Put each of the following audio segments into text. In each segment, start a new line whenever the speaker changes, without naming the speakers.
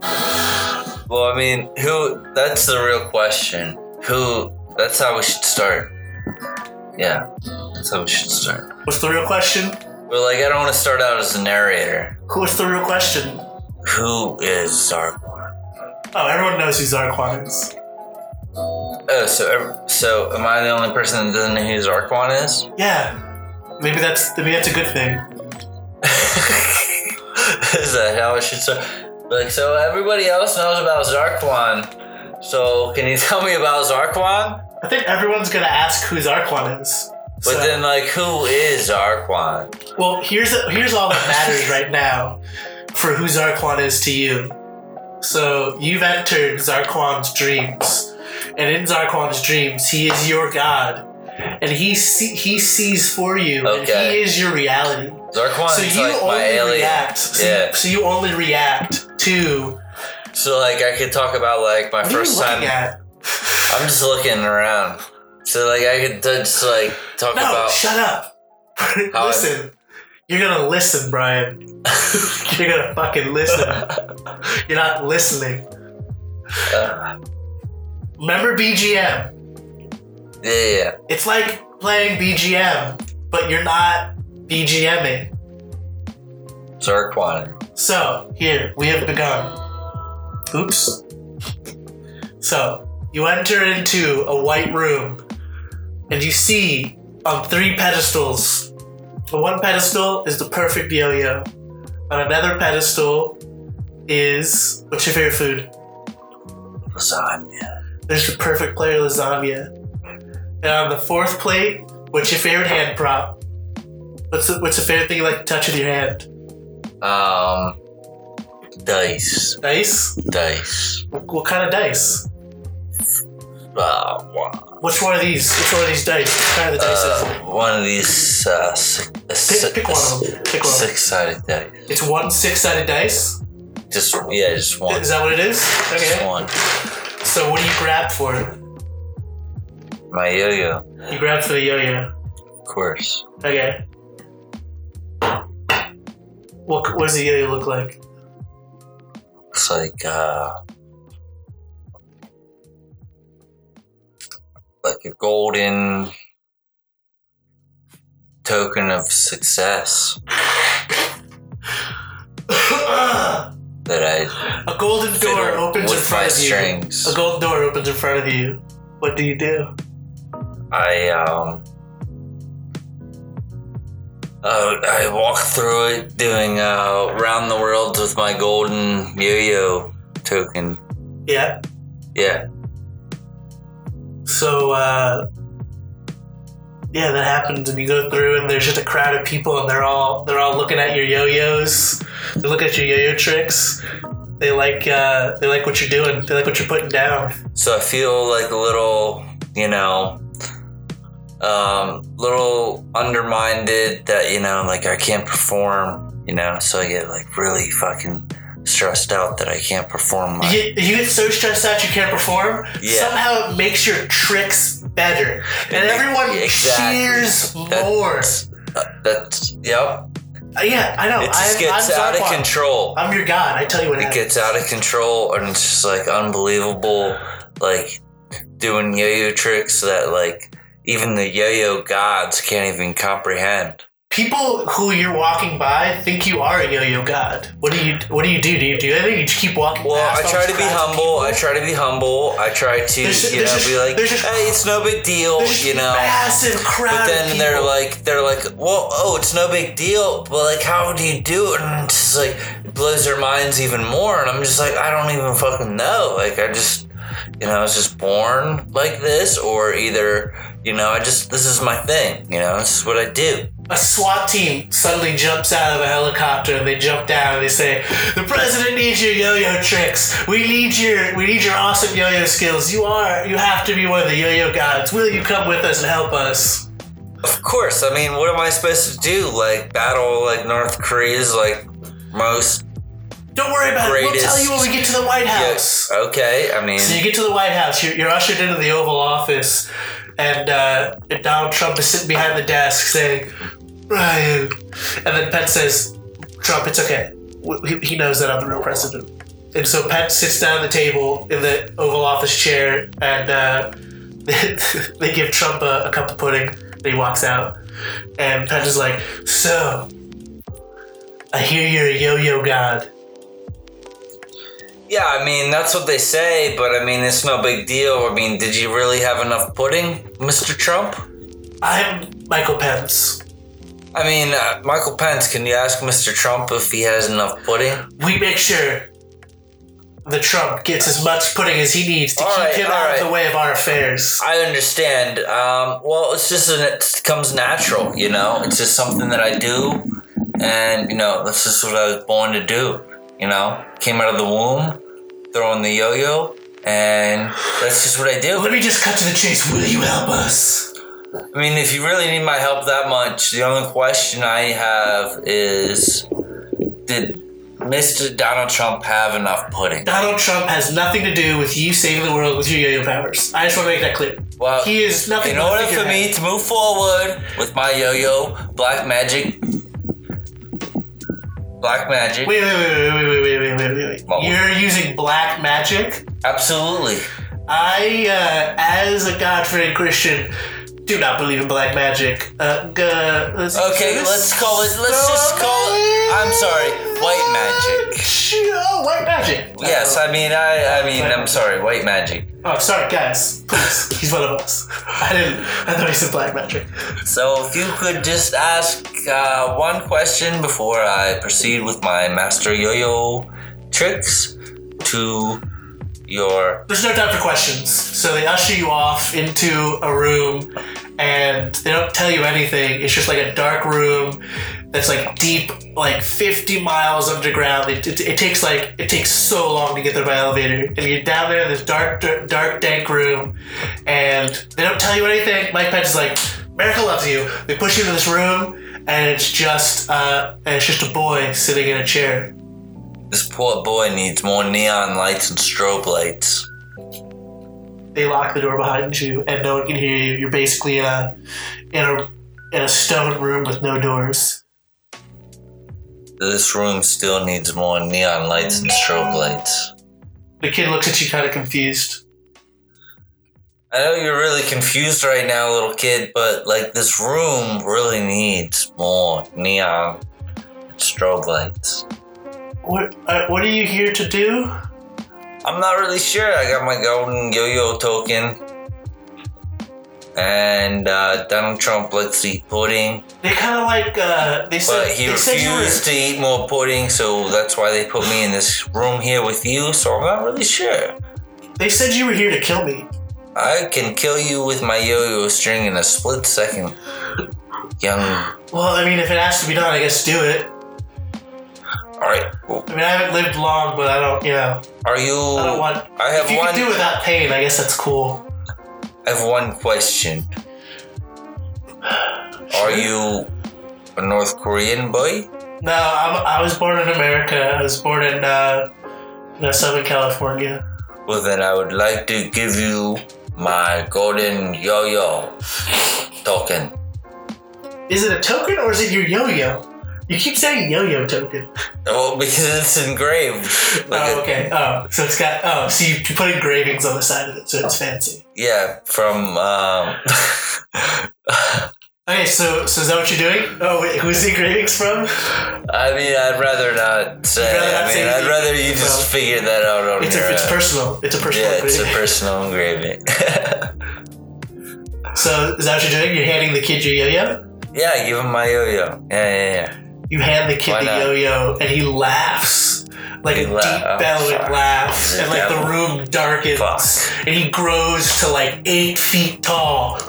Well, I mean, who? That's the real question. Who? That's how we should start. Yeah, that's how we should start.
What's the real question?
But like, I don't want to start out as a narrator.
What's the real question?
Who is Zarquan?
Oh, everyone knows who Zarquan is.
Oh, so ev- so am I the only person that doesn't know who Zarquan is?
Yeah. Maybe that's maybe that's a good thing.
is that how I should start? Like, so everybody else knows about Zarquan. So can you tell me about Zarquan?
I think everyone's gonna ask who Zarquan is.
But
So-
then, like, who is Zarquan?
well, here's here's all that matters right now for who Zarquan is to you. So you've entered Zarquan's dreams, and in Zarquan's dreams, he is your god, and he see, he sees for you, and
Okay.
he is your reality.
Zarquan
So
is
you
like my
only
alien.
react. So,
Yeah.
so you only react to
So like I could talk about like my
what are you
first uh,
looking
time.
at?
I'm just looking around. So like I could just like talk
No,
about.
shut up.
I-
listen. You're gonna listen, Brian. You're gonna fucking listen. You're not listening.
Uh,
Remember BGM?
yeah, yeah, yeah.
It's like playing BGM, but you're not BGMing.
Zarquan.
So, here, we have begun. Oops. So, you enter into a white room, and you see on three pedestals. On one pedestal is the perfect yo yo, on another pedestal is. What's your favorite food?
Lasagna.
There's the perfect player lasagna. And on the fourth plate, what's your favorite hand prop? What's the, what's the favorite thing you like to touch with your hand?
Um. Dice.
Dice?
Dice.
What, what kind of dice?
Uh, one,
Which one of these? Which one of these dice? What kind of the dice
uh, one of these. Uh, si- a
is
si-
it? Pick, pick one of them. Pick one. of them.
Six-sided dice.
It's one six-sided dice.
Just yeah, just one.
Is that what it is?
Just
Okay.
one.
So what do you grab for it?
My yo-yo,
You grab for the yo-yo.
of course.
Okay. What, what does the yo-yo look like?
It's like uh, like a golden token of success
a
that I
golden door
fiddle
opens in
with
front
my
of you.
strings.
A gold door opens in front of you. What do you do?
I um. Uh, I walk through it doing uh, round the world with my golden yo-yo token.
Yeah.
Yeah,
So, uh, yeah, that happens, and you go through, and there's just a crowd of people, and they're all they're all looking at your yo-yos. They look at your yo-yo tricks. They like uh, they like what you're doing. They like what you're putting down.
so I feel like a little, you know, um, little undermined that you know, like I can't perform, you know, so I get like really fucking stressed out that I can't perform.
You
My,
get, you get so stressed out you can't perform.
Yeah.
Somehow it makes your tricks better, and
It ma-
everyone
exactly.
cheers
That's-
more.
uh, that's yep.
Uh, yeah, I know.
It just
I'm,
gets
I'm
out of
Zarquan.
control.
I'm your god. I tell you what
it
happens.
gets out of control and it's just like unbelievable like doing yo-yo tricks that like even the yo-yo gods can't even comprehend
people who you're walking by think you are a yo-yo god. What do you What do you do? Do you do anything? You just keep walking.
well
past
i
all
try
these
to be
crowds of
humble i
people?
try to be humble i try to
There's-
you
there's
know
just-
be like
there's just-
hey it's no big deal
There's just
you know
massive crowd.
but
of
then
people.
they're like they're like well oh it's no big deal but like how do you do it and it's just like it blows their minds even more and i'm just like i don't even fucking know like i just you know i was just born like this or either you know i just this is my thing you know this is what i do
a SWAT team suddenly jumps out of a helicopter and they jump down and they say, "The president needs your yo-yo tricks. We need your We need your awesome yo-yo skills. You are You have to be one of the yo-yo gods. Will you come with us and help us?"
of course i mean what am i supposed to do like battle like north korea's like most
Don't worry about it. We'll tell
Greatest-
you when we get to the White House.
yes. Okay, I mean,
So you get to the White House, you're, you're ushered into the Oval Office, and, uh, and Donald Trump is sitting behind the desk saying, Brian. And then Pence says, Trump, it's okay. W- He, he knows that I'm the real president. And so Pence sits down at the table in the Oval Office chair, and uh, they give Trump a, a cup of pudding, and he walks out. And Pence is like, So, I hear you're a yo yo god.
yeah, I mean that's what they say, but I mean it's no big deal. I mean, did you really have enough pudding, Mr. Trump?
I'm Michael Pence.
I mean, uh, Michael Pence, can you ask Mr. Trump if he has enough pudding?
we make sure the Trump gets as much pudding as he needs to
All
keep
right,
him
all
out of
right.
the way of our affairs.
I understand. Um, well, it's just an, it comes natural, you know. It's just something that I do, and you know, that's just what I was born to do. You know, came out of the womb, throwing the yo-yo, and that's just what I do.
Let me just cut to the chase. Will you help us?
I mean, if you really need my help that much, the only question I have is, did Mr. Donald Trump have enough pudding?
Donald Trump has nothing to do with you saving the world with your yo-yo powers. I just want to make that clear.
Well,
He is
Uh,
nothing.
In
but a
order for
figurehead.
me to move forward with my yo-yo, black magic, black magic,
Wait, wait, wait, wait, wait, wait, wait, wait, wait,
What?
wait. You're using black magic.
absolutely.
I, uh, as a God-fearing Christian, do not believe in black magic. Uh, g- uh, let's
Okay, let's call it. Let's just call it. I'm sorry, white magic.
Oh, white magic. Uh,
Yes, I mean, I, I mean, I'm sorry, white magic.
Oh, sorry, guys. Please, he's one of us. I didn't. I thought he said black magic.
So if you could just ask uh, one question before I proceed with my master yo-yo tricks to your
There's no time for questions, so they usher you off into a room, and they don't tell you anything. It's just like a dark room that's like deep, like 50 miles underground. It, it, it takes like it takes so long to get there by elevator, and you're down there in this dark, dark, dark dank room, and they don't tell you anything. Mike Pence is like, "America loves you." They push you into this room, and it's just uh, and it's just a boy sitting in a chair.
This poor boy needs more neon lights and strobe lights.
they lock the door behind you and no one can hear you. You're basically in a in a in a stone room with no doors.
This room still needs more neon lights and strobe lights.
The kid looks at you kind of confused.
I know you're really confused right now, little kid, but like this room really needs more neon and strobe lights.
What uh, what are you here to do?
I'm not really sure. I got my golden yo yo token. And uh, Donald Trump likes to eat pudding,
They kind of like uh, they said
but he
they said you were-
refused to eat more pudding, so that's why they put me in this room here with you, so I'm not really sure.
they said you were here to kill me.
I can kill you with my yo-yo string in a split second. Young.
Well, I mean, if it has to be done, I guess do it.
All right.
I mean, I haven't lived long, but I don't, you know,
Are you?
I don't
I,
want.
have
If you
one.
can do it without pain, I guess that's cool.
I have one question. Are you a North Korean boy?
No, I'm, I was born in America. I was born in uh, you know, Southern California.
Well, then I would like to give you my golden yo-yo token.
Is it a token or is it your yo-yo? You keep saying yo-yo token.
Oh, because it's engraved. Like
oh,
a-
okay. Oh, so it's got. Oh, so you, you put engravings on the side of it, so it's fancy.
yeah, from um,
Okay, so so is that what you're doing? Oh, wait, who's the engravings from?
I mean, I'd rather not say.
rather not
I mean,
say
I'd
anything.
rather you just figure that out on
It's
your
a, it's
own.
personal. It's a personal.
Yeah, it's a
engraving.
personal engraving.
so is that what you're doing? You're handing the kid your yo-yo.
yeah, give him my yo-yo. Yeah, yeah, yeah.
You hand the kid
Why
the
not?
yo-yo, and he laughs like
He
a
la-
deep
oh,
bellowing
sorry.
laugh, and like the
Devil.
room darkens,
Fuck.
and he grows to like eight feet tall.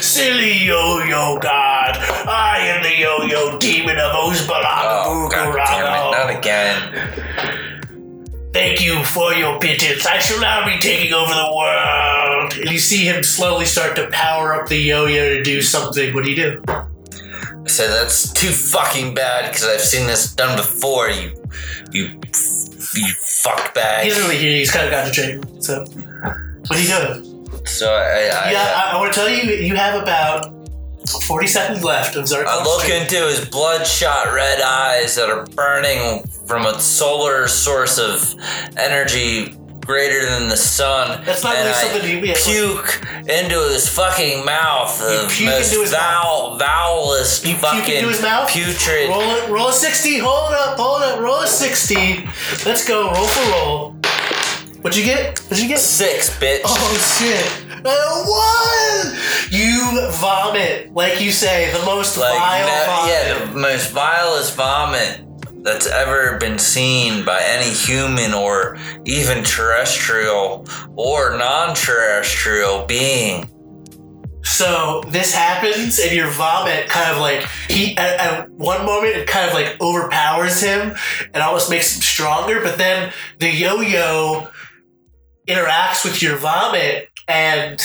Silly yo-yo god, I am the yo-yo demon of
Oh, god damn it,
Uzbalagabugarabo.
not again.
Thank you for your pittance. I shall now be taking over the world. And you see him slowly start to power up the yo-yo to do something. What do you do?
I said, that's too fucking bad because I've seen this done before, you, you, you fuck
He
bag.
doesn't really hear you. He's kind of got distracted. So, what are you doing?
So I, I, uh,
yeah, I, I want to tell you. You have about forty seconds left of Zarkon.
I, look
Street.
into his bloodshot red eyes that are burning from a solar source of energy greater than the sun.
That's not
and
really
I
something you. Yeah,
puke into his fucking mouth. The
puke
most
into his
vowel, vowelless
You puke
fucking
into his mouth?
putrid.
Roll it. Roll a sixty. Hold up. Hold up. Roll a sixty. Let's go. Roll for roll. What'd you get? What'd you get?
Six, bitch.
Oh shit! Uh, one. You vomit, like you say, the most
like,
vile
no-
vomit.
yeah, the most vilest vomit that's ever been seen by any human or even terrestrial or non-terrestrial being.
So this happens, and your vomit kind of like he at, at one moment it kind of like overpowers him and almost makes him stronger, but then the yo-yo interacts with your vomit, and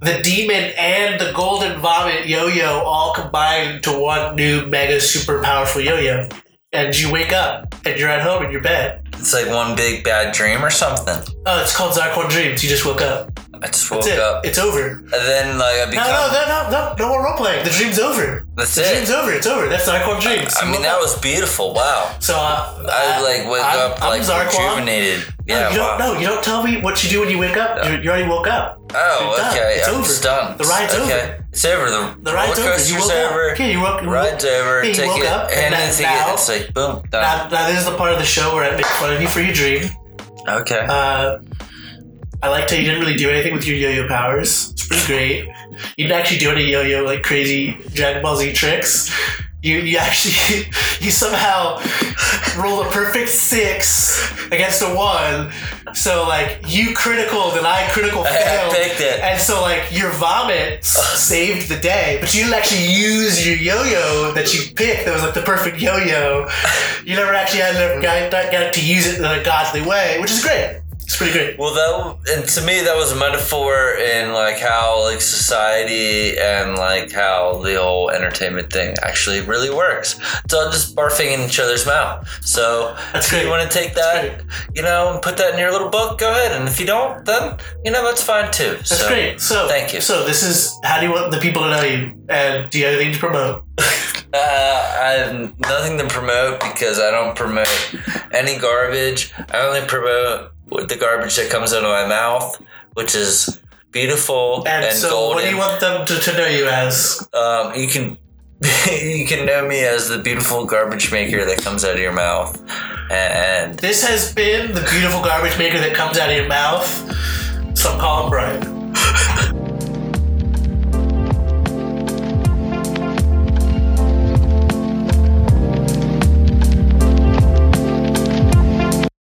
the demon and the golden vomit yo-yo all combine into one new mega super powerful yo-yo, and you wake up and you're at home in your bed.
It's like one big bad dream or something.
Oh, it's called Zarkon Dreams. You just woke up.
I just woke
That's it.
up.
It's over.
And then like I
No,
become
no, no, no, no, no more role playing. The dream's over.
that's
The dream's
it.
over. It's over. That's Zarquan dreams.
I mean that was beautiful. Wow.
so uh,
I like wake
I'm-
up
I'm
like
Zarquan.
rejuvenated.
No,
Yeah.
you
wow.
don't know. You don't tell me what you do when you wake up. You, you already woke up. You're
Oh,
done.
okay.
It's
I'm
over.
just done.
The ride's
okay.
over.
It's over. The,
The ride's
roller
over. You
coaster's
woke up.
over.
Yeah, you woke. you woke-
Ride's over.
Yeah, you
Take
woke
it.
up.
And
now,
then take
now,
it. It's like boom. Done.
now, now this is the part of the show where I make fun of you for your dream.
okay.
Uh, I liked how you didn't really do anything with your yo-yo powers. It's pretty great. You didn't actually do any yo-yo like crazy Dragon Ball Z tricks. You you actually you somehow roll a perfect six against a one. So like you critical, then I critical
I
failed.
picked it.
And so like your vomit s- saved the day, but you didn't actually use your yo-yo that you picked. That was like the perfect yo-yo. You never actually had enough got, got, got to use it in a godly way, which is great. It's pretty great.
well, that and to me that was a metaphor in like how like society and like how the whole entertainment thing actually really works. It's all just barfing in each other's mouth. So
That's
if you
great.
want to take
great.
that, you know, and put that in your little book, go ahead. And if you don't, then you know that's fine too.
That's
so,
great. So
thank you.
So this is how do you want the people to know you, and do you have anything to promote?
Uh, I have nothing to promote because I don't promote any garbage. I only promote the garbage that comes out of my mouth, which is beautiful
And,
and,
so,
golden.
what do you want them to, to know you as?
Um, you can you can know me as the beautiful garbage maker that comes out of your mouth, and
This has been the beautiful garbage maker that comes out of your mouth. Some call him Brian.